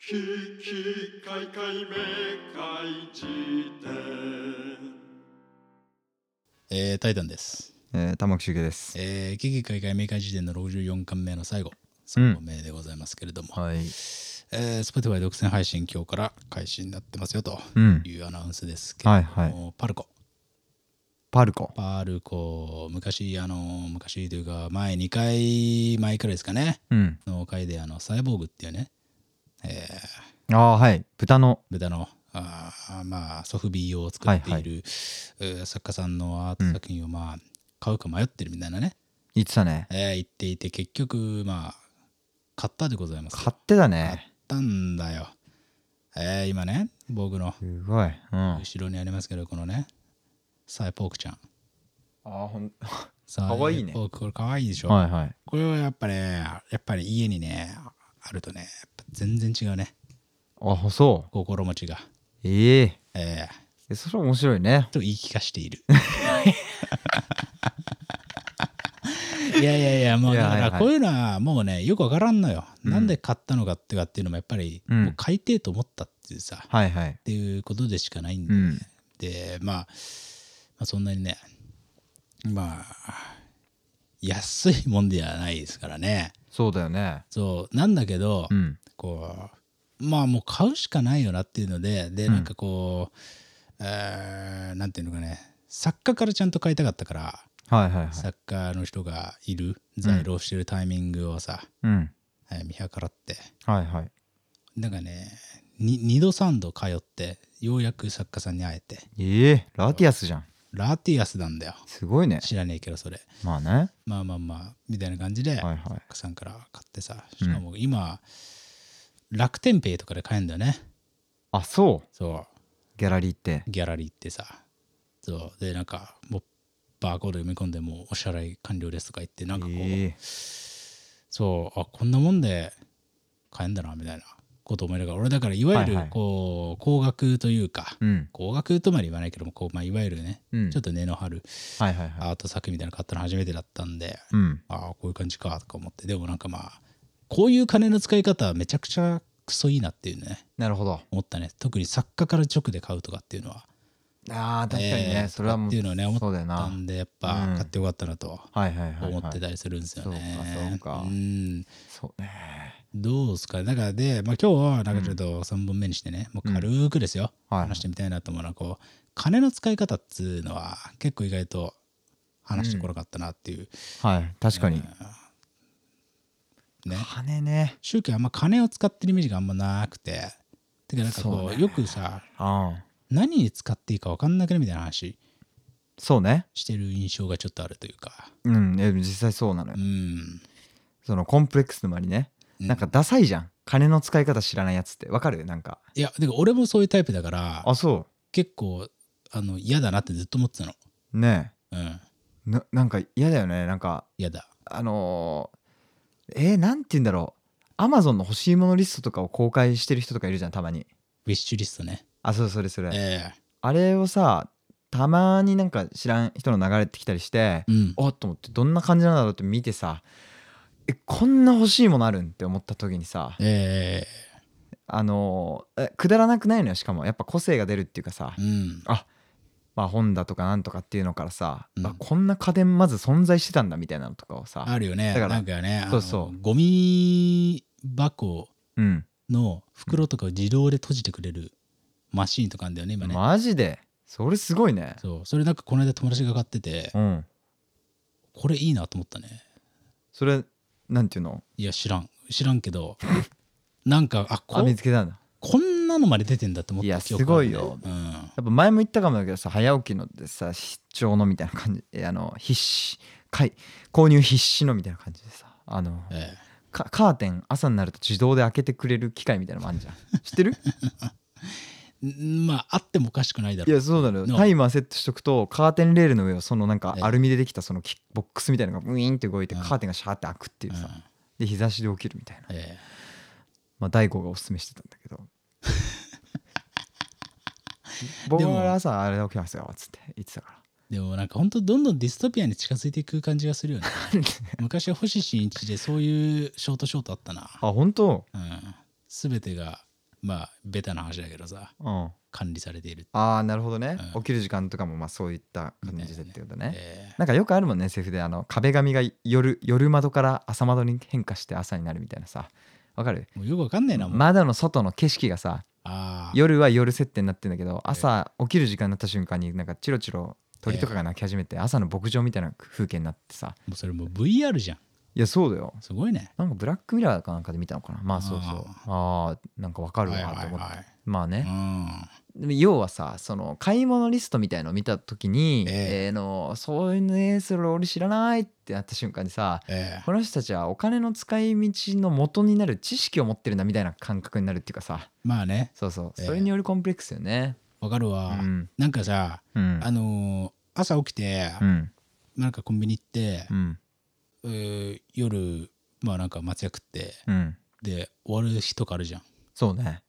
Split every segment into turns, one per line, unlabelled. ききかいかいめかいじ典
えー、タイタンです。
えー、玉木修介です。
えー、危機開会明快時点の64巻目の最後、3本目でございますけれども、
はい。
えー、Spotify 独占配信今日から開始になってますよと
うん。
いうアナウンスですけれども、
はい
パルコ。
パルコ。
パルコ、昔、あの、昔というか、前2回前くらいですかね、
うん。
の回で、あの、サイボーグっていうね、
ああ、はい。豚の。
豚の、あーまあ、ソフビーを作っている、
はいは
えー作家さんのアート作品を、まあ、買うか迷ってるみたいなね、
言ってたね。
えー言っていて結局まあ買ったでございます
買って
買
た
っ
ね。
たんだよえー今ね僕の
すごい。うん。あ
後ろにありますけどこのねサイポークちゃん
あ、ほん。は
サイ
かわいいね
ポークこれかわいいでし
い
ょ、
はい。
これはやっぱねやっぱり家にねあるとねやっぱ全然違うね
あ、そう。
心持ちが
ええ
えー
えそれ面白いね。
と言い聞かしている いやいやいやもう
いや
だか
はい
ら
はい
こういうのはもうねよくわからんのよ、なんで買ったのかってかっていうのもやっぱり、
うん
もう買いてえと思ったっていうさっ
はいはい。
ていうことでしかないんで、
うん。
で、まあ、まあそんなにねまあ安いもんではないですからね
そうだよね。
そうなんだけど、
うん。
こうまあもう買うしかないよなっていうのででなんかこう、えーなんていうのかね作家からちゃんと買いたかったから
はいはいはい。
作家の人がいる在庫してるタイミングをさ、
うん。
えー見計らって
はいはい。
なんかね2度3度通ってようやく作家さんに会えて
ええラティアスじゃん。
ラティアスなんだよ
すごいね。
知らねえけどそれ
まあね。
まあまあまあみたいな感じで、
はいはい。
作家さんから買ってさしかも今、楽天ペイとかで買えるんだよね
あ、そう。
そう
ギャラリーって。
ギャラリーってさそうでなんかもうバーコード読み込んでもうお支払い完了ですとか言ってなんかこう、
ええ
そうあこんなもんで買えんだなみたいなこと思いながら俺だからいわゆ
はいは
る
い
こう高額というか、
うん。
高額とまで言わないけどもこう、まあ、いわゆるね、
うん
ちょっと根の張る
はいはいはい。
アート作品みたいなの買ったの初めてだったんで、
うん。
ああこういう感じかとか思ってでもなんかまあこういう金の使い方はめちゃくちゃクソいいなっていうね
なるほど。
思ったね特に作家から直で買うとかっていうのは
ああ、確かに
え
ね。
ー
それはもう。
っていうのはね思
そうだよ
った
な。
んでやっぱ
うん
買ってよかったなと
はいはいはい、はい。
思ってたりするんですよね。
そうかそうか
ん
そうね。
どうですかねだからで、まあ、今日はなんかちょっと3本目にしてね、もう軽くですよ、
はい
話してみたいなと思うのはこう金の使い方っつうのは結構意外と話してこなかったなっていう、
はい、確かに。
ね
金ね。
宗教あんま金を使ってるイメージがあんまなくててかなんか
そ
こ
う
う
ね
よくさ
ああ。
何に使っていいか分かんなくねみたいな話
そうね。
してる印象がちょっとあるというか
うん、え実際そうなのよ
う。ん
そのコンプレックスの周りね。
うん
なんかダサいじゃん。金の使い方知らないやつって。わかるなんか。
いやでも俺もそういうタイプだから
あ、そ
結構あの嫌だなってずっと思ってたの
う。ね
うん
え。ななんか嫌だよね。なんか、
嫌だ
あのー、えー、なんて言うんだろう。アマゾンの欲しいものリストとかを公開してる人とかいるじゃん、たまに。
ウィッシュリストね
あ、そうそれそれ。
え
あれをさ、たまになんか知らん人の流れてきたりして、
えうん
おっと思ってどんな感じなんだろうって見てさえこんな欲しいものあるんって思った時にさ
え
あのえくだらなくないのよしかもやっぱ個性が出るっていうかさ
え、うん
まあ、本だとかなんとかっていうのからさ、
うん
あこんな家電まず存在してたんだみたいなのとかをさ、
あるよね
だから
なんかねあの
そうそう
ゴミ箱
うん、
の袋とかを自動で閉じてくれるマシーンとかあんだよね今ね、
マジでそれすごいね
そうそれなんかこの間友達が買ってて
うん
これいいなと思ったね
それなんていうの
いや知らん知らんけどなんかあ
あ
こ
見つけたんだ
こんなのまで出てんだって思った
いや
記憶あるね
すごいよ
うん
やっぱ前も言ったかもだけどさ早起きのでさ必聴のみたいな感じえあの必死買い購入必死のみたいな感じでさあの
ええ
かカーテン朝になると自動で開けてくれる機械みたいなのもあるじゃん 知ってる
んまああってもおかしくないだ
い
ろう
やそうだね
な
タイマーセットしとくとカーテンレールの上をそのなんか
ええ
アルミでできたそのキボックスみたいなのがウィーンって動いて
うん
カーテンがシャーって開くっていうさで日差しで起きるみたいな
うんえ
まあ大悟がおすすめしてたんだ けど僕
でも
は朝あれで起きますよっつって言ってたか
えでもなんか本当どんどんディストピアに近づいていく感じがする よね
ら
昔は星新一でそういうショートショートあったな、
あ本当
うん、全てがまあベタな話だけどさ
うん
管理されている、
ああなるほどね、
うん
起きる時間とかもまあそういった感じでってことね
え
なんかよくあるもんね SF であの壁紙が夜夜窓から朝窓に変化して朝になるみたいなさわかる
ーもうよくわかんねえなもう、
窓の外の景色がさ
あー
夜は夜設定になってんだけど朝起きる時間になった瞬間になんかチロチロ鳥とかが鳴き始めて朝の牧場みたいな風景になってさ
もうそれもう VR じゃん
いやそうだよ
すごいね
なんかブラックミラーかなんかで見たのかなまあそうそうあーなんかわかるわと思って、
はい
まあね、
うん
でも要はさその買い物リストみたいのを見た時に、
え
えーのそういうねそれ俺知らないってなった瞬間にさ
ええ
この人たちはお金の使い道の元になる知識を持ってるんだみたいな感覚になるっていうかさ
まあね
そうそう、
ええ
それによるコンプレックスよね
わかる
う
わ、
ん
なんかさ
うん
あのー朝起きて、
うん
なんかコンビニ行って
う、ん
えー夜まあなんか松屋食って
うん
で終わる日とかあるじゃん
そうね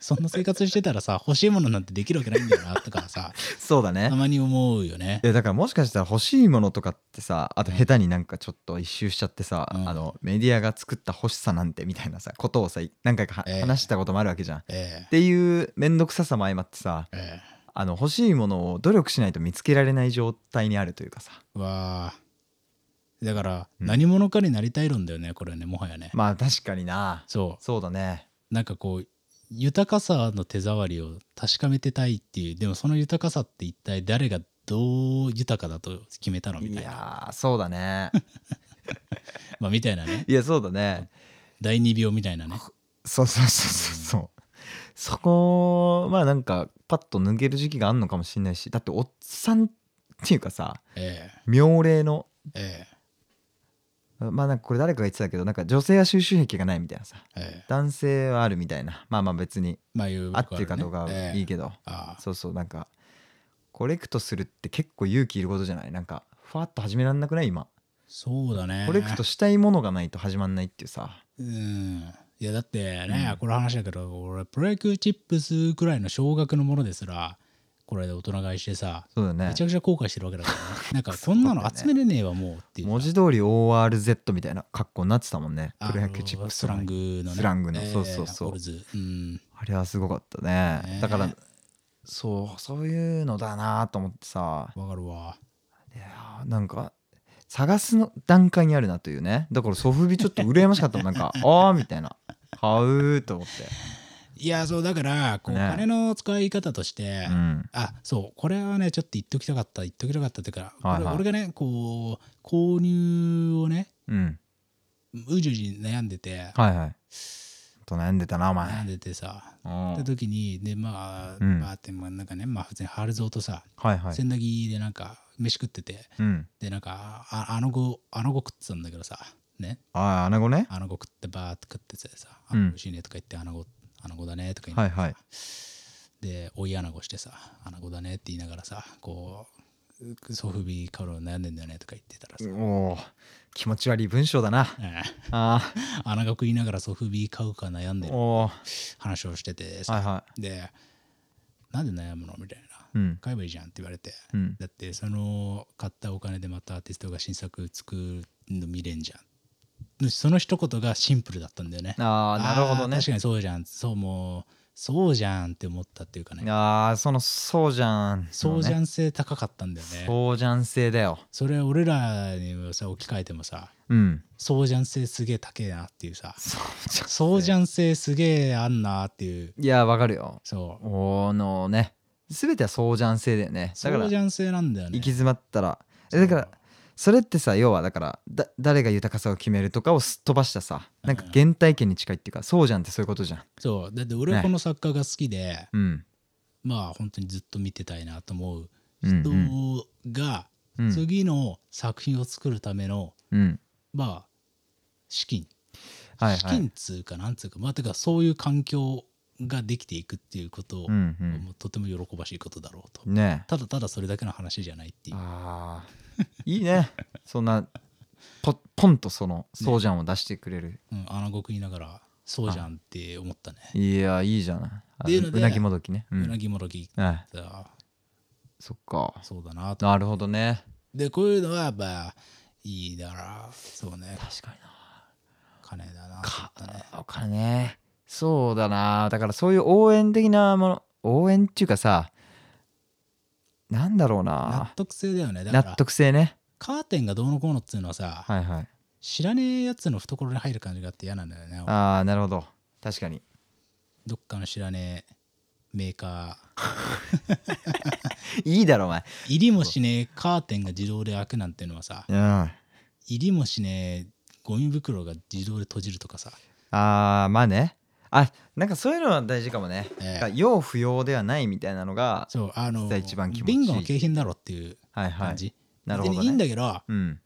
そんな生活してたらさ 欲しいものなんてできるわけないんだよなとか さ
そうだね
たまに思うよね
いやだからもしかしたら欲しいものとかってさあと下手になんかちょっと一周しちゃってさ、
うん
あのメディアが作った欲しさなんてみたいなさことをさ何回かは
ええ
話したこともあるわけじゃん。っ
え
ていう面倒くささも相まってさ
ええ
あの欲しいものを努力しないと見つけられない状態にあるというかさ
えわあだから
うん
何者かになりたい論だよねこれはねもはやね
まあ確かにな
そ
そうだね
うなんかこう豊かさの手触りを確かめてたいっていうでもその豊かさって一体誰がどう豊かだと決めたのみ
い
たいな
やーそうだね
まあみたいなね
いやそうだね
第二病みたい なね
そうそうそうそうそうそこまあなんかパッと抜ける時期があんのかもしれないしだっておっさんっていうかさ
え
妙齢の
ええ
まあなんかこれ誰かが言ってたけどなんか女性は収集癖がないみたいなさ
えええ
男性はあるみたいなまあまあ別に
まあいう
合ってるかどうかはいい
ど、ええ
けど、
ああ
そうそうなんかコレクトするって結構勇気いることじゃないなんかふわっと始めらんなくない今
そうだね
コレクトしたいものがないと始まんないっていうさ
うんいやだってね、
うん
これ話だけど俺プロ野球チップスくらいの少額のものですらこれで大人買いしてさ
そうだね
めちゃくちゃ後悔してるわけだ からねなんかこんなの集めれねえわもうっていう
文字通り ORZ みたいな格好になってたもんね
あの
プロ野球チップス
スラングのね
スラングのそうそうそう
オルズうん
あれはすごかったね
ね
だからそうそういうのだなと思ってさ
わかるわ
いやーなんか探すの段階にあるなというねだからソフビちょっと羨ましかったもんな んかああみたいな買うと思って
いやそうだからこう、
ね
金の使い方として、
うん
あそうこれはねちょっと言っときたかった言っときたかったっていうか、
はいはい
これ俺がねこう購入をね
うん
うじうじ悩んでて、
はいはいと悩んでたなお前
悩んでてさ
うん
った時にでまあ、
うん
まあってまあなんかねまあ普通に春蔵とさ
はいはい
千駄木でなんか飯食ってて
うん
でなんかああの子あの子食ってたんだけどさね
ああ穴子ね
あの子食ってバーって食っててさ「あ
うん
美味しいね」とか言って「あの子あの子だね」とか言
はい
って、
はい
で追い穴子してさ「あの子だね」って言いながらさこうソフビカロ悩んでんだよねとか言ってたらさ、
おー気持ち悪い文章だな
ええ
あ
穴子食いながらソフビ買うか悩んで
ー
る
おー
話をしててさ、
はいは
でなんで悩むのみたいな、
いうん
買えばいいじゃんって言われて、
うん
だってその買ったお金でまたアーティストが新作作るの見れんじゃんその一言がシンプルだったんだよね
ああなるほど
あー
ね
確かにそうじゃんそうもうそうじゃんって思ったっていうかね
ああそのそうじゃんのね
そうじゃん性高かったんだよね
そうじゃん性だよ
それ俺らにもさ置き換えてもさ
うん
そうじゃん性すげえ高えなっていうさ
そうじゃん
そうじゃん性すげえあんなっていう
いやわかるよ
そう
おのね全ては相乗性だよねだ
そ
から
うじ
行
ゃん性なんだよね
き詰まったらえだからそれってさ要はだからだ誰が豊かさを決めるとかをすっ飛ばしたさなんか原体験に近いっていうかそうじゃんってそういうことじゃん
そうだって俺はこの作家が好きで、
うん
まあ本当にずっと見てたいなと思う
うん
人が
うん
次の作品を作るための、
うん
まあ資金、
はいはい
資金つうかなんつうかまあてかそういう環境ができていくっていうことを、
うんう
もうとても喜ばしいことだろうと、
んね
ただただそれだけの話じゃないって
え
いう
あーい いねそんなポポンとそのそうじゃんを出してくれる
うん穴子食いながらそうじゃんって思ったね、
いやいいじゃないあ
っていうので
うなぎもどきねう
うんなぎもろぎ
はい
さ
そっか
そうだなと
なるほどね
でこういうのはやっぱいいだからそうね
確かにな
金だなと
か
思ったね
お金そうだなだからそういう応援的なもの応援っていうかさなんだろう
納
な
得性だよねだか
納
ら
得性ね
カーテンがどうのこうのっつうのはさ、
はいはい
知らねえやつの懐に入る感じがあって嫌なんだよね
ああなるほど確かに
どっかの知らねえメーカ
いいだろお前
ー入りもしねえカーテンが自動で開くなんてのはさ
うんあ
入りもしねえゴミ袋が自動で閉じるとかさ
あーまあねあなんかそういうのは大事かもね、
ええ
なんか要不要ではないみたいなのが
そうあの
実際一番気持ちいい
ビンゴの景品だろっていう
はいは
感
い
じ、
なるほど、ね、
別にいいんだけど
うん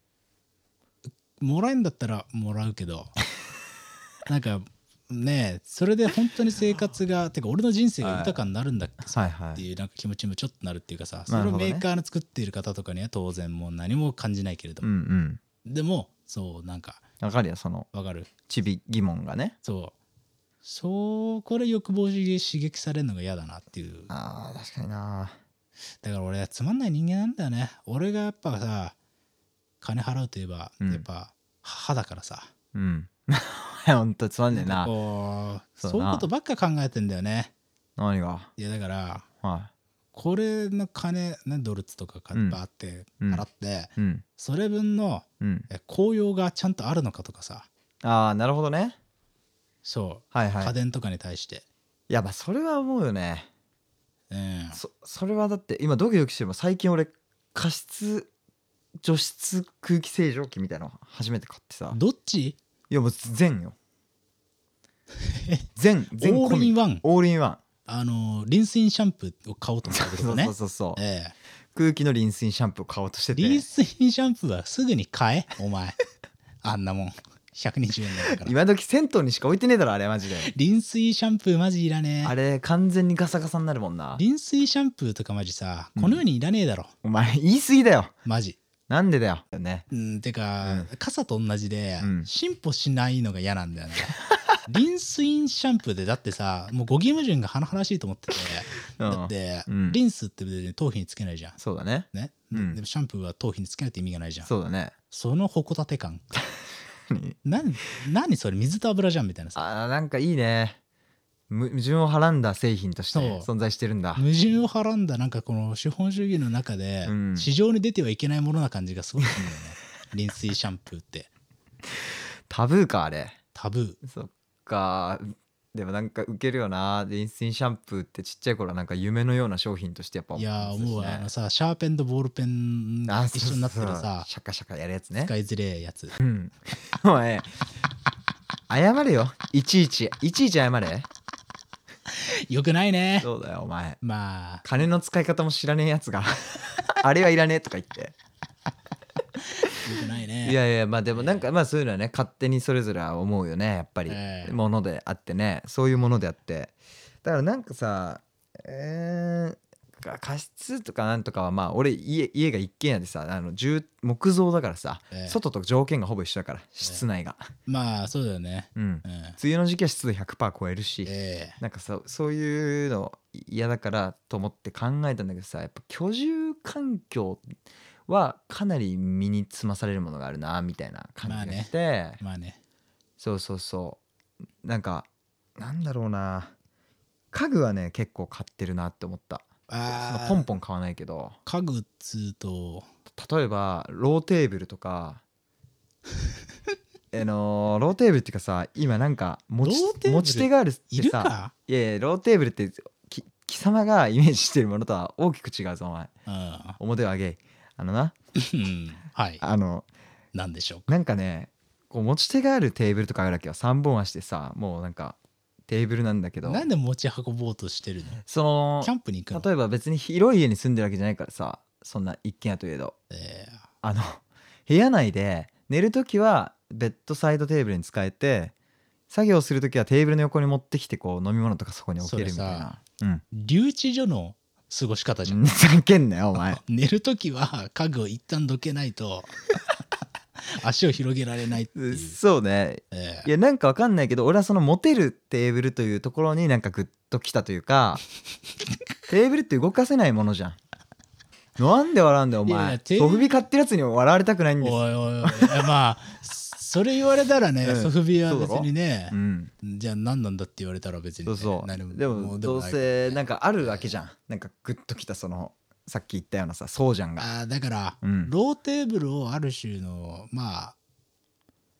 もらえんだったらもらうけ どなんかねえそれで本当に生活がてか俺の人生が豊かになるんだっけ
はいは
って
い
いうなんか気持ちもちょっとなるっていうかさそ
な
れ
る
を
ほど
メ
ね
ーカーの作っている方とかには当然もう何も感じないけれど
う
も、
んうん
でもそうなんか
わかるよその
わかる
ちび疑問がね
そうそうこれ欲望刺激されるのが嫌だなっていう
あー確かにな
だから俺つまんない人間なんだよね俺がやっぱさ金払うといえば、
うん
やっぱ歯だからさ
うん ほんとつまんねえ
なん
な
かこう
そう
そ
だ
ういう
な
ことばっか考えてんだよね
何が
いやだから
は
これの金、ね、ドルツとか買
うん
ってバーって払って、
いうん
それ分の
うん
え紅葉がちゃんとあるのかとかさ
ああなるほどね
そ
はいうはい
家電とかに対して、
いやまあそれは思うよね
うん
そそれはだって今ドキドキしてるもん最近俺加湿除湿空気清浄機みたいなの初めて買ってさ
どっち
いやもう全 よ全全
オールイン
ン
ワン
オールインワ
あのリンスインシャンプーを買おうと思った
ン
け
そ
ど
う
ね
そうそうそう、
ええ
空気のリンスインシャンプーを買おうとしてて
リンスインシャンプーはすぐに買えお前 あんなもん120円だから
今時銭湯にしか置いてねえだろあれマジで
リンスインシャンプーマジいらね
あ
え
れ完全にガサガサになるもんな
リンスインシャンプーとかマジさこの世にいらねえだろ、
お前言い過ぎだよ
マジ
なんでだよだよね
うんてか、傘と同じで、
うん
進歩しないのが嫌なんだよね リンスインシャンプーでだってさもう語義矛盾が甚だしいと思ってて
うん
だって、
うん
リンスって別に頭皮につけないじゃん
そうだね
ね、
うん
でもシャンプーは頭皮につけないって意味がないじゃんそ
そうだね
の矛立て感
何
何何それ水と油じゃんみたいなさ
あーなんかいいねむ矛盾をはらんだ製品として
そう
存在してるんだ
矛盾をはらんだなんかこの資本主義の中で、
うん
市場に出てはいけないものな感じがすごいするん だよねリンスインシャンプーって
タブーかあれ
タブー
そっかでもなんかウケるよなリンスインシャンプーってちっちゃい頃はなんか夢のような商品としてやっぱ
いやー
思ってたし
思うわ、
ね
あのさシャーペンとボールペンが
あそう
一
そう
緒になってる
そう
さ
シャカシャカやるやつね
使いづれえやつ
うんお前謝れよいちいちいちいち謝れ
よくないね
そうだよお前
まあ
金の使い方も知らねえや つがあれはいらねえとか言って
よくないね
いやいやまあでもなんかまあそういうのはね勝手にそれぞれは思うよねやっぱり、
ええ
ものであってねそういうものであってだからなんかさえーか加湿とかなんとかはまあ俺家家が一軒家でさあの住木造だからさ、
ええ
外と条件がほぼ一緒だから室内が、
まあそうだよね
うん
うん
梅雨の時期は湿度100%超えるし、
ええ
なんかそうそういうの嫌だからと思って考えたんだけどさやっぱ居住環境はかなり身につまされるものがあるなみたいな感じがして、
まあね
そうそうそうなんかなんだろうな家具はね結構買ってるなって思ったそ
あ
の
あ
ポンポン買わないけど
家具っつうと
例えばローテーブルと かあのーローテーブルっていうかさ今なんか持ち
ローテーブル
持ち手があるってさ
いるか
いやいやローテーブルってき貴様がイメージしてるものとは大きく違うぞお前
うん
表を上げいあのな
うんはい
あの
なんでしょうか
なんかねこう持ち手があるテーブルとかあるわけよ3本足でさもうなんかテーブルなんだけど
なんで持ち運ぼうとしてるの
その
キャンプに行くの
例えば別に広い家に住んでるわけじゃないからさそんな一軒家といえど
ええ
あの部屋内で寝る時はベッドサイドテーブルに使えて作業する時はテーブルの横に持ってきてこう飲み物とかそこに置けるみたいなうん
留置所の過ごし方じゃん
ふざけんなよお前
寝る時は家具を一旦どけない と足を広げられないっていう
そうね
え
いやなんかわかんないけど俺はその持てるテーブルというところになんかグッときたとい うかテーブルって動かせないものじゃんなんで笑うんだよお
いやい
前
やテーブ
ソ
ル
フビ買ってるやつに笑われたくないん
え
です
おいおいおいいやまあそそれ言われたらね、
うん
ソフビは
そうだ
別
ろ
にね
う、ん
じゃあ何なんだって言われたら別に、
そ
ね、
うそう
何も
でも
う
どう
ない
せなんかあるわけじゃんなんかグッときたそのさっき言ったようなさそうじゃんが
あーだから、
うん
ローテーブルをある種のま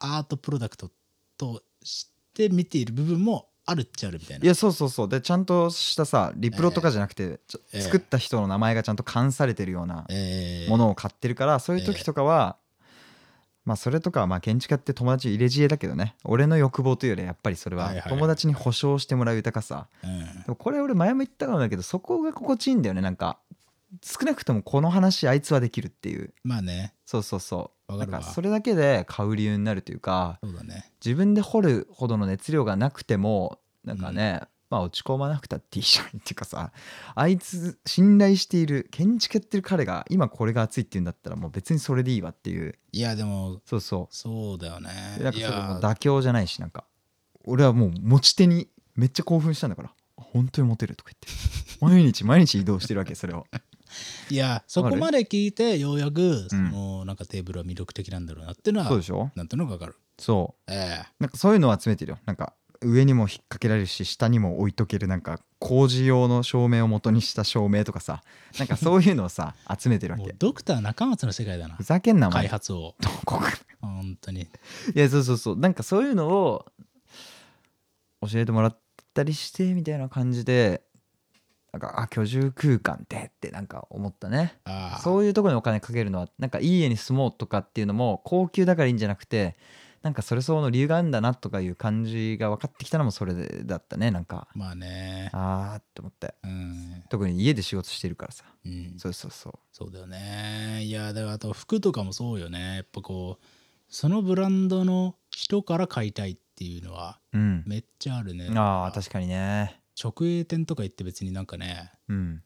あアートプロダクトとして見ている部分もあるっちゃあるみたいない
やそうそうそうでちゃんとしたさリプロとかじゃなくて、ちょ
ええ
作った人の名前がちゃんと冠されてるような
えー
ものを買ってるから、そういう時とかは、まあそれとかはまあ建築家って友達入れ知恵だけどね俺の欲望というよりはやっぱりそれ
は
はい
はいはい
友達に保証してもらう豊かさ、
うん
でもこれ俺前も言ったかもだけどそこが心地いいんだよねなんか少なくともこの話あいつはできるっていう
まあね
そうそうそう
わかるわ
なんかそれだけで買う理由になるというか
そうだね
自分で掘るほどの熱量がなくてもなんかね、まあ落ち込まなくたっていいじゃんっていうかさあいつ信頼している建築やってる彼が今これが熱いって言うんだったらもう別にそれでいいわっていう
いやでも
そうそ
そうだよね
うでなんか
い
それも
や
妥協じゃないしなんか俺はもう持ち手にめっちゃ興奮したんだから本当にモテるとか言って毎日毎日移動してるわけそれ を
いやそこまで聞いてようやくそ
うん
の、なんかテーブルは魅力的なんだろうなっていうの
そう
は
でしょ
なんとなくわかる
そう
え
なんかそういうのを集めてるよなんか上にも引っ掛けられるし下にも置いとけるなんか工事用の照明を元にした照明とかさなんかそういうのをさ集めてる
え
わ
もう
け
ドクター中松の世界だな
ふざけんなお前
開
ど
発を
こか
本当に
いやそうそうそうなんかそういうのを教えてもらったりしてみたいな感じでなんかあ居住空間ってってなんか思ったね
ああ
そういうところにお金かけるのはなんかいい家に住もうとかっていうのも高級だからいいんじゃなくてなんかそれ相応の理由があるんだなとかいう感じが分かってきたのもそれだったねなんか
まあね
あーって思って
うん、
特に家で仕事してるからさ
うん、
そうそうそう
そうだよねいやだからあと服とかもそうよねやっぱこうそのブランドの人から買いたいっていうのは
うん
めっちゃあるね
あー確かにね
直営店とか行って別になんかね
うん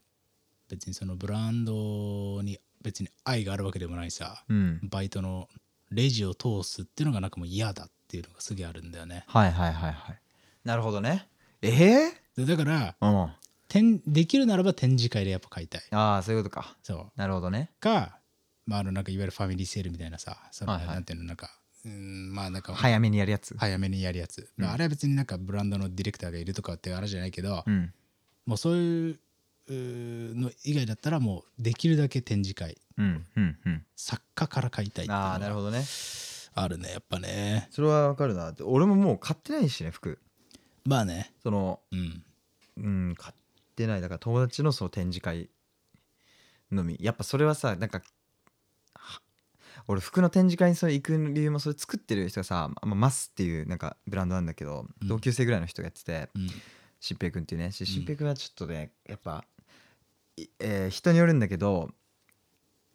別にそのブランドに別に愛があるわけでもないさ
うん
バイトのレジを通すっていうのがなんかもう嫌だっていうのがすげえあるんだよね
はいはいはいはいなるほどねえ
でだから
ー、うん
展できるならば展示会でやっぱ買いたい
ああそういうことか
そう
なるほどね
か、まあ、あのなんかいわゆるファミリーセールみたいなさその、
はいはい
なんていうのなんかうーんまあなんか
早めにやるやつ
早めにやるやつ、まあ
うん
あれは別になんかブランドのディレクターがいるとかっていう話じゃないけど、
うん
もうそういううーの以外だったらもうできるだけ展示会
うんうんうん
作家から買いたいっていうの
あ
が
あなるほどね
あるねやっぱね
それはわかるな俺ももう買ってないしね服
まあね
その
うん
うん買ってないだから友達のその展示会のみやっぱそれはさなんかは俺服の展示会にそれ行く理由もそれ作ってる人がさ、ままマスっていうなんかブランドなんだけど、
うん
同級生ぐらいの人がやってて
うん
新平君っていうねし新平君はちょっとねやっぱ、いえー人によるんだけど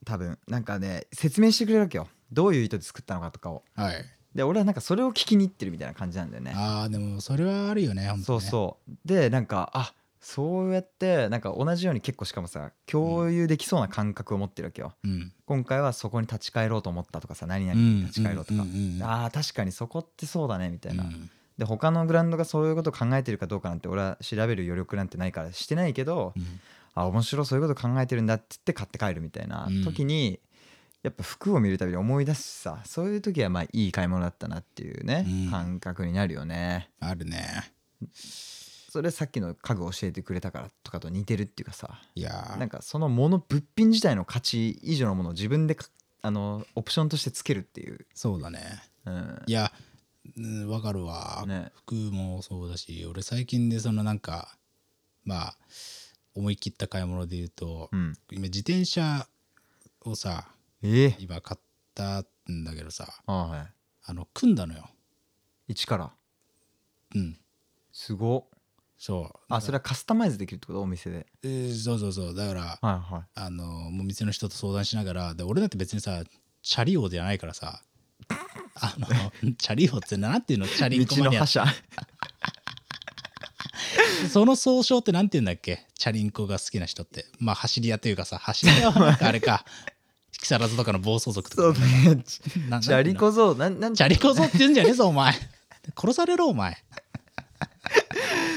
多分なんかね説明してくれるわけよどういう意図で作ったのかとかを
はい
で俺はなんかそれを聞きに行ってるみたいな感じなんだよね
ああでもそれはあるよね本当
そう
ねう
そうでなんかあそうやってなんか同じように結構しかもさ共有できそうな感覚を持ってるわけよ、
そう、うん、
今回はそこに立ち返ろうと思ったとかさ何
う
々に
ん
立ち返ろうとか、
うんうんうん
あー確かにそこってそうだねみたいな、
うん
で他のグラウンドがそういうことを考えてるかどうかなんて俺は調べる余力なんてないからしてないけど、
うん
あ面白いそういうこと考えてるんだって言って買って帰るみたいな
うん
時に、やっぱ服を見るたびに思い出すしさそういう時はまあいい買い物だったなっていうね、
うん
感覚になるよね。
あるね
それさっきの家具を教えてくれたからとかと似てるっていうかさ
いやー
なんかそのもの物品自体の価値以上のものを自分でかあのオプションとしてつけるっていう、
そうだね
うん
いや、うん、わかるわ、
ね
服もそうだし俺最近でそのなんかまあ思い切った買い物で言うと、
うん、
今自転車をさ
ええ
今買ったんだけどさ
あは
あの組んだのよ
い一から
うん
すごっ
そう
あそれはカスタマイズできるってことお店で
えーそうそうそうだから
はいはい
あのもう店の人と相談しながらで俺だって別にさチャリ王じゃないからさあのチャリ王ってなんていうのチャリンコ
道
マ
の
ニア
覇者
その総称ってなんて言うんだっけチャリンコが好きな人って。まあ、走り屋というかさ、走り屋は なんかあれか、木更津とかの暴走族と
そう
か。
だねチ
な
チャリ。
なんていうの
小僧なんなん
チャリコぞって言うんじゃねえぞ、お前。殺されろ、お前。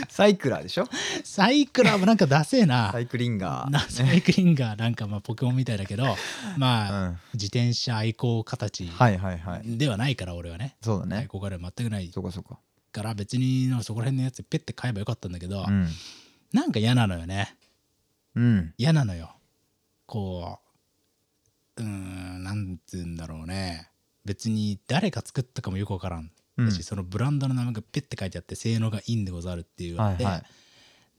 サイクラーでしょ
サイクラーもなんかダセえな
サイクリンガー
なサイクリンガーなんかまあポケモンみたいだけどまあ、
うん
自転車愛好家たち
はいはいはい
ではないから俺はね
そうだ
愛
ね
好家では全くない
そうかそうか
から別になんかそこら辺のやつペッて買えばよかったんだけど、
うん
なんか嫌なのよね
うん
嫌なのよこううーんなんて言うんだろうね別に誰が作ったかもよくわからん、
うん
だしそのブランドの名前がペッて書いてあって性能がいいんでござるっていう
は
の
い
で、
はい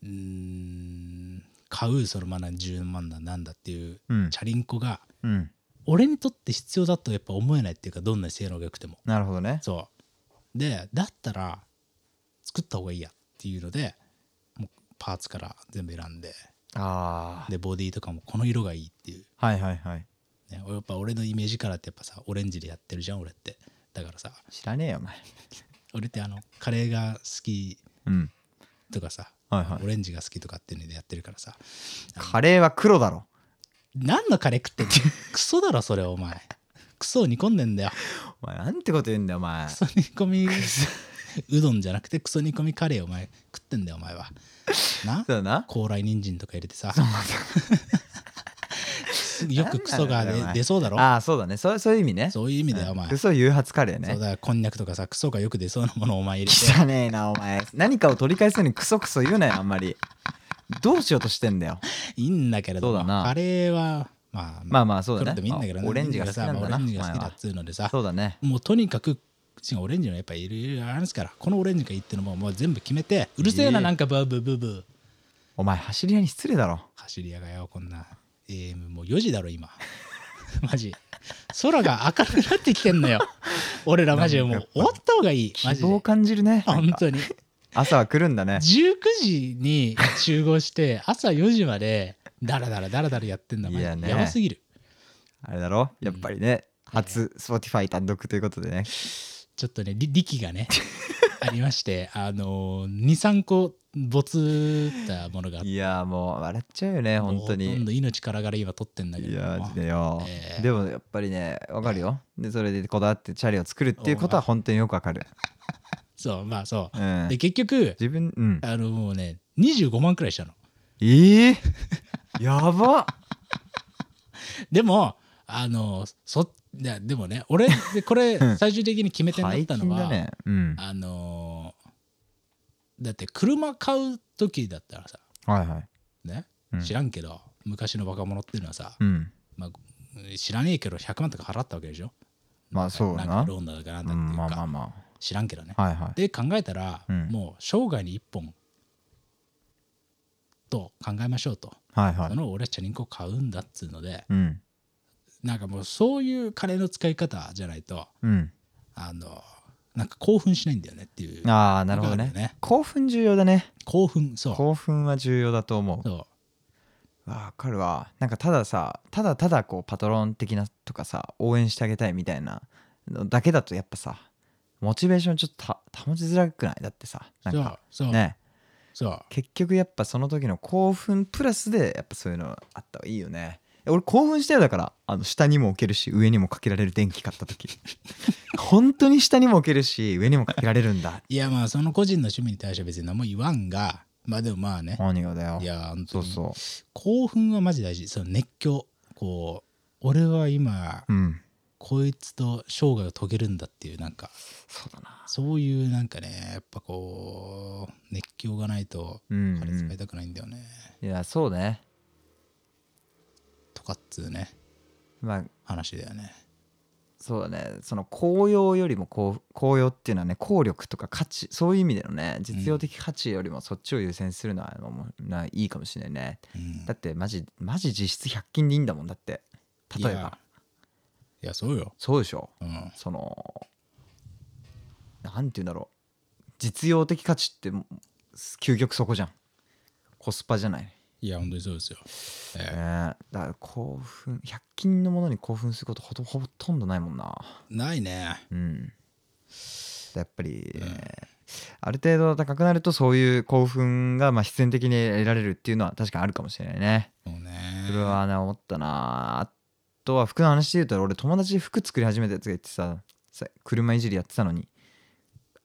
う
ーん買うそのまあ10万だなんだっていう
うん
チャリンコが
うん
俺にとって必要だとやっぱ思えないっていうかどんなに性能が良くても
なるほどね
そうでだったら作った方がいいやっていうのでもうパーツから全部選んで
あ
でボディとかもこの色がいいっていう、
あはいはいはい
ね、やっぱ俺のイメージカラーってやっぱさオレンジでやってるじゃん俺ってだからさ
知らねえよお前
俺ってあのカレーが好き
うん
とかさ、
はいはい
オレンジが好きとかっていうのでやってるからさ
カレーは黒だろ
何のカレー食ってんの クソだろそれお前クソを煮込んでんだよ
お前なんてこと言うんだよお前
クソ煮込み うどんじゃなくてクソ煮込みカレーお前食ってんだよお前はな
そうだな
高麗人参とか入れてさ よくクソが
なんなんだよお
出
前
出そうだろ
ああそうだねそうそういう意味ね
そういう意味だよお前
うんそう誘発カレー
そう
ね
だこんにゃくとかさクソがよく出そうなものをお前入れて
汚ねえなお前何かを取り返すのにクソクソ言うなよあんまりどうしようとしてんだよ
いいんだけれど
そうだな
カレーはまあ
まあまあそう
黒
だね
でもいいんだけど
まあオレンジが好きなんだな
オレンジが好き
お前
だ
は
っつうのでさ
そうだね
もうとにかく違うオレンジのやっぱいろいろあるんですからこのオレンジがいいってのももう全部決めてうるせえな
ええ
なんかブーブーブーブー
お前走り屋に失礼だろ
走り屋がよこんな AM もう4時だろ今 マジ空が明るくなってきてんのよ 俺らマジでもう終わった方がいいマ
希
ジ
望を
で
感じるねなん
本
か
当に
朝は来るんだね
19時に集合して朝4時までダラダラダラダラやってんだマジ
いやね
でやばすぎる
あれだろやっぱりね初 Spotify 単独ということでね
ちょっとねり力 がねありましてあの23個ボツったものがあって
いやもう笑っちゃうよね本
も
当
うほとんど
に
命からがら今取ってんだけど
いやマジでよ
ええ
でもやっぱりねわかるよでそれでこだわってチャリを作るっていうことは本当によくわかる
そうまあそうう、
ん
で結局
自分うん
あのもうね25万くらいしたの
ええやば
でもあのそいやでもね俺でこれ
うん
最終的に決め手になっ
大
たの
金
は、
だねうん
あのだって車買う時だったらさ
はいはい
ね
うん
知らんけど、昔の若者っていうのはさ、
うん
まあ、知らねえけど100万とか払ったわけでしょ
まあそう
な
だ
ん
な
かローンだとかなん
う
だってい
ん
う
ま
か、
あまあま
知らんけどね、
あはいはい
で考えたら、
うん
もう生涯に1本と考えましょうと、
はいは
そ
い
の俺はチャリンコ買うんだっつうので
うん
なんかもうそういう金の使い方じゃないと
うん
あのなんか興奮しないんだよねっていう
ああなるほど
なんかあるよ
ね
ね
興奮重要だね
興奮そう
興奮は重要だと思う
そ
わかるわなんかたださただただこうパトロン的なとかさ応援してあげたいみたいなのだけだとやっぱさモチベーションちょっとた保ちづらくないだってさ
う
なん
そう
か
そう、
ね
そう
結局やっぱその時の興奮プラスでやっぱそういうのあった方がいいよね俺興奮したよだからあの下にも置けるし上にもかけられる電気買った時 本当に下にも置けるし上にもかけられるんだ
いやまあその個人の趣味に対しては別に何も言わんがまあでもまあね
何がだよ
いや本当
そう
に
そ
興奮はマジ大事その熱狂こう俺は今、
ううん
こいつと生涯を遂げるんだっていうなんか
そうだな
そういうなんかねやっぱこう熱狂がないと
うん、う
彼使い
ん、
たくないんだよね、
いやそうね
とかっつうね
まあ
話だよね
そうだねその効用よりも効効用っていうのはね効力とか価値そういう意味でのね実用的価値よりもそっちを優先するのはもうないいかもしれないね
うん
だってマジマジ実質100均でいいんだもんだって
い
例えば
やいやそうよ、
そうでしょ
うん、
そのなんて言うんだろう実用的価値ってもう究極そこじゃんコスパじゃない、ね
いや本当にそうですよ
えだから興奮100均のものに興奮することほとほとんどないもんな
ないね
うん、やっぱり、ある程度高くなるとそういう興奮がまあ必然的に得られるっていうのは確かにあるかもしれないね。
そうね
それはね思ったなあとは服の話で言うと俺友達服作り始めたやつが言ってささ車いじりやってたのに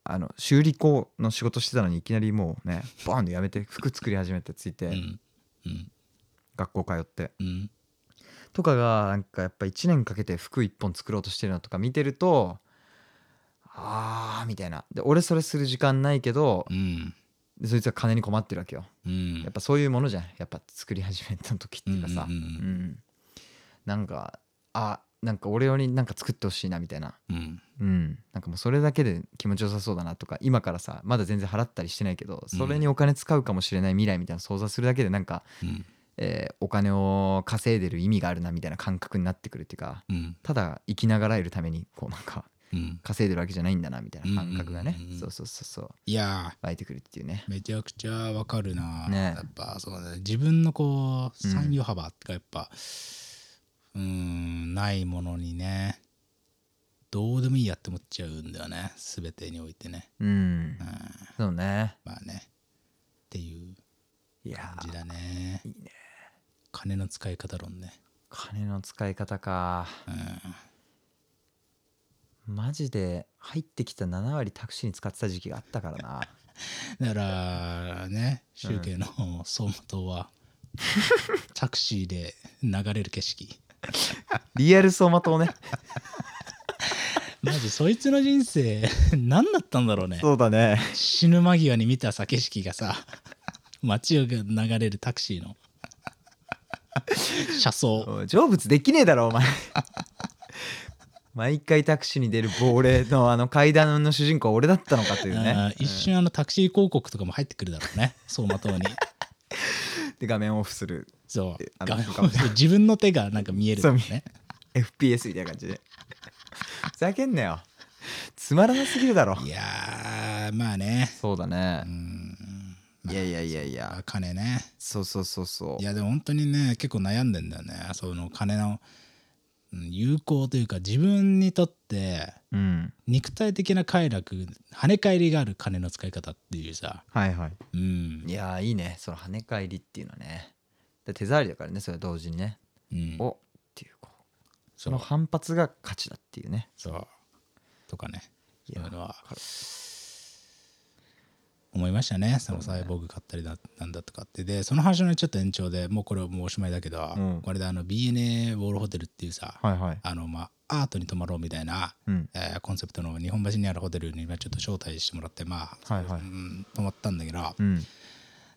あの修理工の仕事してたのにいきなりもうねバーンでやめて服作り始めてついて、
うんうん
学校通って
うん
とかがなんかやっぱ1年かけて服1本作ろうとしてるのとか見てるとあーみたいなで俺それする時間ないけど
うん
でそいつは金に困ってるわけよ
うん
やっぱそういうものじゃんやっぱ作り始めた時っていうかさ、
うんうんうん
なんかあなんか俺よりなんか作ってほしいなみたいな
うん
うん、なんかもうそれだけで気持ちよさそうだなとか今からさまだ全然払ったりしてないけどそれにお金使うかもしれない未来みたいなの想像するだけでなんか、
うん
えーお金を稼いでる意味があるなみたいな感覚になってくるっていうか
うん
ただ生きながらえるためにこうなんか
うん
稼いでるわけじゃないんだなみたいな感覚がね
うんうんうんうん
そうそうそうそう
いや
湧いてくるっていうね
ーめちゃくちゃわかるな、
ね
やっぱそうだね自分のこう
うん
産業幅がやっぱうーんないものにねどうでもいいやって思っちゃうんだよね全てにおいてね
うん
うん
そうね
まあねっていう
いや
感
ー
じだね
いいね
金の使い方論ね
金の使い方か
うん
マジで入ってきた7割タクシーに使ってた時期があったから な
だからね集計の総元 はタクシーで流れる景色
リアル走馬 灯ね
マジそいつの人生何だったんだろうね
そうだね
死ぬ間際に見たさ景色がさ 街を流れるタクシー の車窓
おい成仏できねえだろお前 毎回タクシーに出る亡霊のあの階段の主人公は俺だったのかという
あ
ね
ー一瞬あのタクシー広告とかも入ってくるだろうね走馬 灯に
で画面オフする
そう
あの
画面
そうかもしれない
自分の手がなんか見える
そう
よね
FPS みたいな感じでふざけんなよつまらなすぎるだろ
いやーまあね
そうだ
う
ね
ん
いやいやいやい
あ
や
金ね
そうそうそうそう
いやでも本当にね結構悩んでんだよねその金のうん有効というか自分にとって
うん
肉体的な快楽跳ね返りがある金の使い方っていうさ
はいはい
うん
いやーいいねその跳ね返りっていうのはねで手触りだからねそれは同時にね
うん
おっていうこう
そ
その
う
反発が勝ちだっていうね
そうとかね
い
そうい
や
うのは
かる
思いましたねその
そう
サ
ね
イボーグ買ったりだなんだとかってでその話のちょっと延長でもうこれはもうおしまいだけど、
うん
これであの BNA ウォールホテルっていうさ、
はいはい
あのまあアートに泊まろうみたいな、
うん
えーコンセプトの日本橋にあるホテルにまあちょっと招待してもらってまあ、
はいはい
うん泊まったんだけど、
うん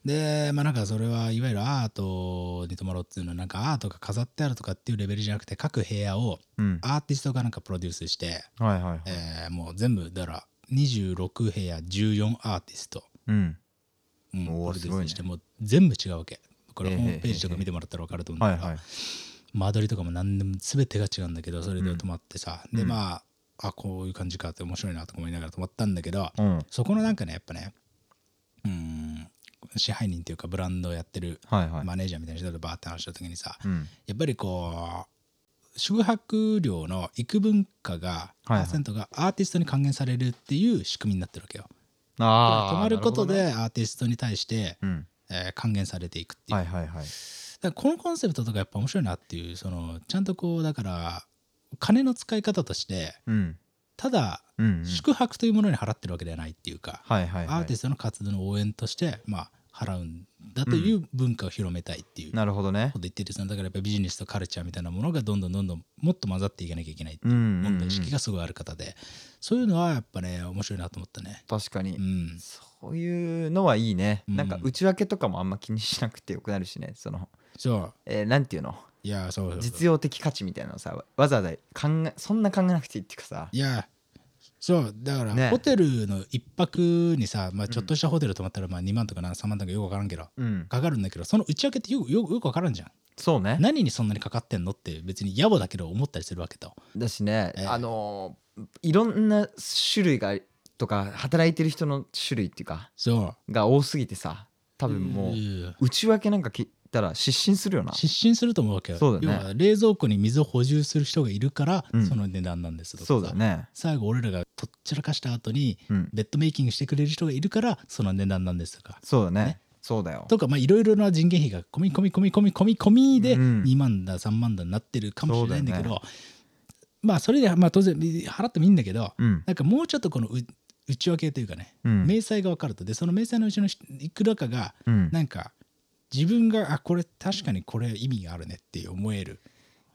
でまあなんかそれはいわゆるアートに泊まろうっていうのはなんかアートが飾ってあるとかっていうレベルじゃなくて各部屋を
うん
アーティストがなんかプロデュースして、
はいはいはい
えーもう全部だから26部屋14アーティスト、
うん
うん、プ
お
ロ
ー
デュ
す
ー
ごい
ス
ね
して、もう全部違うわけこれ
え
ホ
え
ームページとか見てもらったら分かると思うん
は
だ
い
けど、
はい
間取りとかも何でも全てが違うんだけどそれで
うん
泊まってさ、
う
で
ん
まああこういう感じかって面白いなとか思いながら泊まったんだけど、
うん
そこのなんかねやっぱねうん支配人というかブランドをやってる
はいはい、
マネージャーみたいな人とバーって話した時にさ
うん
やっぱりこう宿泊料の幾分かがパ
はいはい
ーセントがアーティストに還元されるっていう仕組みになってるわけよ。
あ
泊まること
な
で
ほ
アーティストに対して、
どね
えー還元されていくって
うん、
いう、
はいはいはい
だからこのコンセプトとかやっぱ面白いなっていうそのちゃんとこうだから金の使い方として
うん
ただ
うんうん
宿泊というものに払ってるわけではないっていうか、
はいはいは
アーティ
い
ストの活動の応援として、まあ、払うんだという文化を広めたいっていうこ
なるほどね
と言っててそのだからやっぱビジネスとカルチャーみたいなものがどんどんどんどんもっと混ざっていかなきゃいけないって
う
い
ん
う
うんうん
問題意識がすごいある方でそういうのはやっぱね面白いなと思ったね。
確かに、
うん、
そういうのはいいね、
うん
なんか内訳とかもあんま気にしなくてよくなるしねその、
そう
えーなんていうの
いやそうそうそう
実用的価値みたいなのさわわざわざ考えそんな考えなくていいっていうかさ
いやそうだから、
ね
ホテルの一泊にさ、まあ、ちょっとしたホテル泊まったらまあ2万とかな3万とかよく分からんけど
うん
かかるんだけどその内訳ってよくよくよく分からんじゃん
そうね
何にそんなにかかってんのって別に野暮だけど思ったりするわけと
だしね、
ええ
あのーいろんな種類がとか働いてる人の種類っていうか
そう
が多すぎてさ多分もう
うん
内訳なんか聞いたら失神するよな
失神すると思うわけよ
そうだね
要は冷蔵庫に水を補充する人がいるから、
うん
その値段なんですとかさ
そうだね
最後俺らがとっちらかした後に
うん
ベッドメイキングしてくれる人がいるからその値段なんですとか
そうだね
ね
そうだよ
とかまあいろいろな人件費が込み込み込み込み込み込みで
うん
2万だ3万だになってるかもしれないんだけ
そう
ど、まあそれでまあ当然払ってもいいんだけど
うん
なんかもうちょっとこのう内訳というかね、
うん
明細が分かるとでその明細のうちのひいくらかが
うん
なんか自分があこれ確かにこれ意味があるねって思える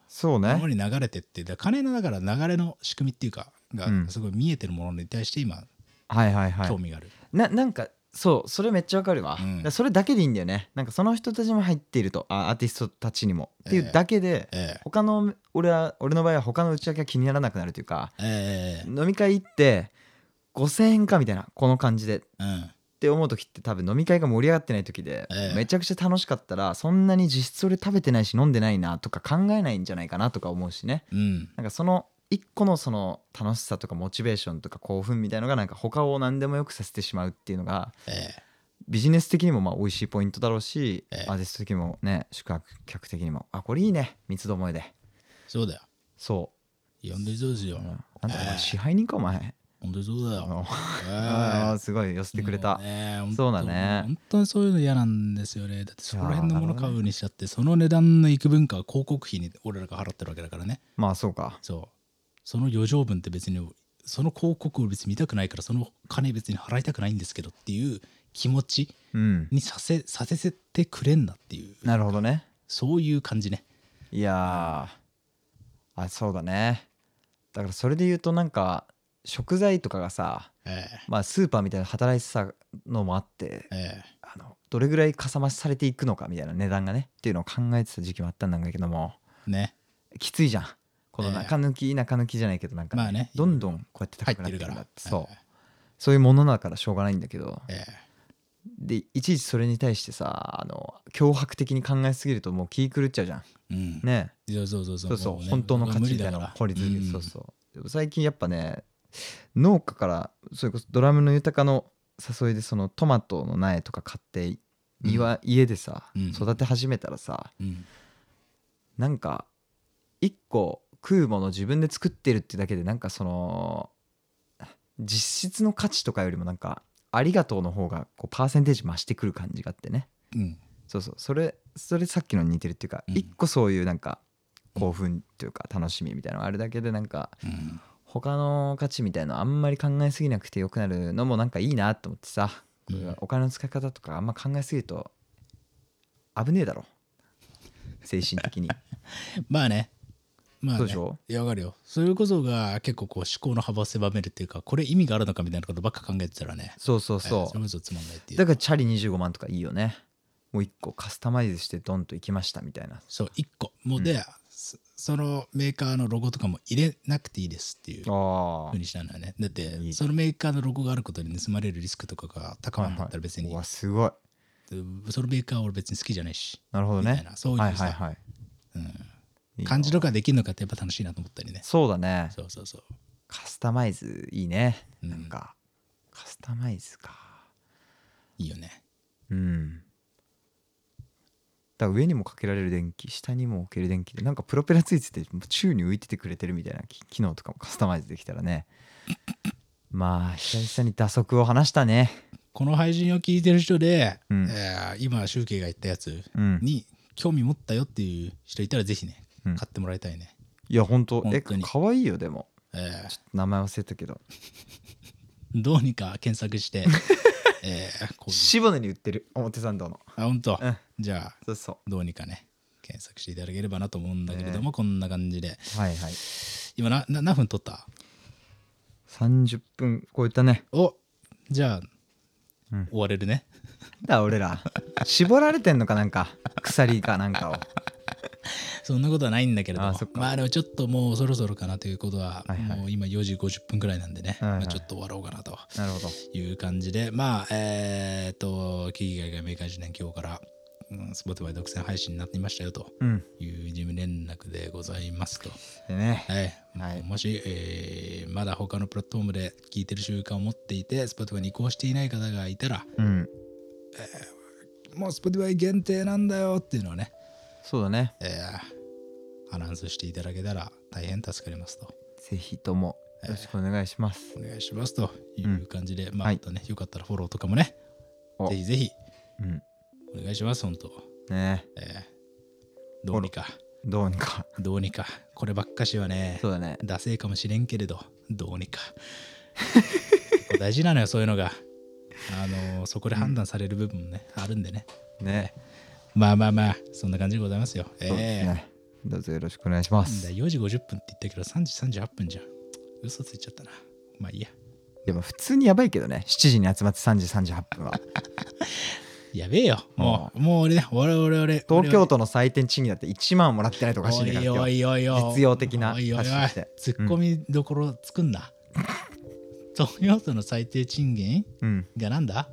そう
もの
ね
に流れてってだから金のだから流れの仕組みっていうかが
うん
すごい見えてるものに対して今
はいはいはい
興味がある、
ななんかそうそれめっちゃわかるわ、
うん
だからそれだけでいいんだよねなんかその人たちも入っているとあアーティストたちにもってい
ええ
うだけで、
え
他の俺は俺の場合は他の内訳が気にならなくなるというか
えええ
飲み会行って5,000円かみたいなこの感じでっ
うん
て思う時って多分飲み会が盛り上がってない時で、
ええ
めちゃくちゃ楽しかったらそんなに実質俺食べてないし飲んでないなとか考えないんじゃないかなとか思うしね
うん
なんかその一個のその楽しさとかモチベーションとか興奮みたいのがなんか他を何でもよくさせてしまうっていうのが
え
ビジネス的にもまあ美味しいポイントだろうし、
ええ
アーティスト的にもね宿泊客的にもあこれいいね三つどもえで
えそうだよ
そ
呼んでそうですよ、
う、うんなんだお
ええ
前支配人かお前
ほんとそうだ
あ
よ。
の
え
あ
え
ーすごい寄せてくれた、
もうねほんと
そうだね
本当にそういうの嫌なんですよね。だってそこら辺のもの買うにしちゃって、その値段の幾分かは広告費に俺らが払ってるわけだからね。
まあそうか
そう。その余剰分って別に、その広告を別に見たくないから、その金別に払いたくないんですけどっていう気持ち
うん
にさせ、させてくれんなっていう、
なるほどね
そういう感じね。
いやーあそうだねだからそれで言うとなんか食材とかがさ
え
まあスーパーみたいな働いてたのもあって
ええ
あのどれぐらいかさ増しされていくのかみたいな値段がねっていうのを考えてた時期もあったんだけども
えね。
きついじゃんこの中抜き、中抜きじゃないけどなんか、
まあね
どんどんこうやって
入
高
っ
くな
てる
っていく
か
んだ
ら
っ。てそうそういうものだからしょうがないんだけど
ええ
でいちいちそれに対してさあの脅迫的に考えすぎるともう気狂っちゃうじゃん
うん。
ね
そうそうそうそう。
そうそう
もね
本当の価
無
値
理
みた
だ
いな
か
のを
ら
掘り続け
う
て
ん
そうそう最近やっぱね農家からそれこそドラムの豊かの誘いでそのトマトの苗とか買って庭、家でさ
うん
育て始めたらさ、
うん。
なんか一個食うもの自分で作ってるってだけでなんかその実質の価値とかよりもなんかありがとうの方がこうパーセンテージ増してくる感じがあってね
うん。
そうそうそれそれさっきのに似てるっていうか
うん
一個そういうなんか興奮というか楽しみみたいなのがあるだけでなんか
うん
他の価値みたいのあんまり考えすぎなくてよくなるのもなんかいいなと思ってさこれはお金の使い方とかあんま考えすぎると危ねえだろ精神的に
まあね。まあ、ね、
そうでしょ
いや、わかるよ。それこそが結構こう思考の幅を狭めるっていうか、これ意味があるのかみたいなことばっか考えてたらね。
そうそうそう
えそれこそつまんないっていう。
だからチャリ25万とかいいよねもう一個カスタマイズしてドンと行きましたみたいな
そう、一個。もうで、そそのメーカーのロゴとかも入れなくていいですっていう。
あ
ふうにしたんだよねだって
いい
そのメーカーのロゴがあることに盗まれるリスクとかが高まるんだったら別に、
うわすごい
そのメーカーは俺別に好きじゃないし、
なるほど
みたい
ね
なそういうさ
はいはいはい
うん、感じるかできるのかってやっぱ楽しいなと思ったりね
そうだね
そうそうそう
カスタマイズいいね
うん
なんかカスタマイズか
いいよね
うんだから上にもかけられる電気下にも置ける電気でなんかプロペラついてて宙に浮いててくれてるみたいな機機能とかもカスタマイズできた らねまあ久々に打足を話したね
この配信を聞いてる人で、
うん
えー今集計が言ったやつ
うん
に興味持ったよっていう人いたらぜひね、
うん
買ってもらいたいね、
いや本当
本
え
当に
可愛いよでも
え
ちょっと名前忘れたけど
ーどうにか検索して えーこういう
渋野に売ってる表参道の
あ本当、
うん
じゃあ
そうそ
どうにかね検索していただければなと思うんだけれども、こんな感じで
うはいはい
今なな何分撮った
30分超えたね
おじゃあ、
うん
終われるね
だ俺ら絞られてんのかなんか鎖かなんかを
そんなことはないんだけれども
あそっか
まあでもちょっともうそろそろかなということは、
はいはい
もう今4時50分ぐらいなんでね、
はいはい
まあ、ちょっと終わろうかなと
なるほど
いう感じで、まあ、えっ、と、企業外明快時代今日から、うん、Spotify 独占配信になっていましたよと
うん
いう事務連絡でございますと。
でね
はい。
はい
もし、えーまだ他のプラットフォームで聞いてる習慣を持っていて、Spotify に移行していない方がいたら、
うん
もう Spotify 限定なんだよっていうのをね、
そうだね
えーアナウンスしていただけたら大変助かりますと。
ぜひともよろしくお願いします
お願いしますという感じで、まあ、
はい
またね、よかったらフォローとかもね、
お
ぜひぜひ
うん
お願いします、本当。
ね
えーどうにか、
どうにか
どうにか、こればっかしはね
そ、うだね
ダセえかもしれんけれど、どうにか。そう大事なのよそういうのがあのそこで判断される部分もね、あるんでね
ね。
まあまあまあそんな感じでございますよええ
そうですね。どうぞよろしくお願いしま
だ
す。
4時50分って言ったけど3時38分じゃん嘘ついちゃったなまあいいや
でも普通にやばいけどね。7時に集まって3時38分は。
やべえよもう、もう俺ね俺俺俺
東京
都
都の採点賃金だって1万もらってないとおかしいんだから。
おいおいおいおい
実用的な
おいおいおい
発信して
ツッコミどころ作んな、東京都の最低賃金
うん。
がなんだ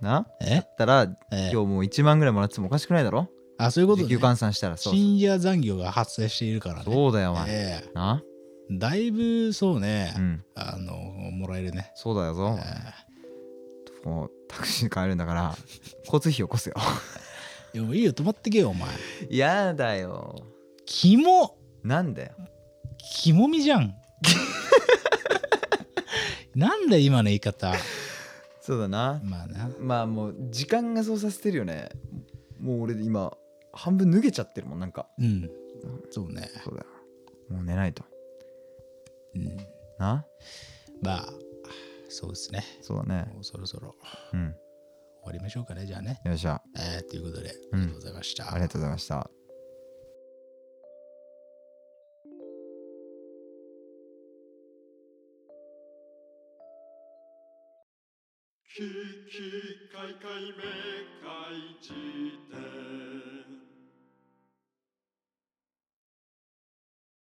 なだ
え
ったら、
え
今日もう1万ぐらいもらってもおかしくないだろ
あそういうこと
時給
ね
換算したらそうそう。
深夜残業が発生しているからね
そうだよ、お前。
ええ
な
だいぶそうね、
うん。
あのもらえるね、
そうだよぞ。お前
え
もうタクシーに帰るんだ から、交通費起こすよ。
えいやもういいよ泊まってけよお前
やだよ。
キモ
なんだよ。
キモみじ ゃんなんだよ今の言い方
そうだな。
まあな
まあもう時間がそうさせてるよね。もう俺今半分脱げちゃってるもんなんか。
うんそうね、
そうだよ。もう寝ないと。
うん、
な
まあそうですね
そうだね。
もうそろそろ終
うん。
わりましょうかねじゃあね
よっしゃ。
えー、ということであ
う
り
ん
がとうございました、
ありがとうございました。
キキカイカイメカイ辞典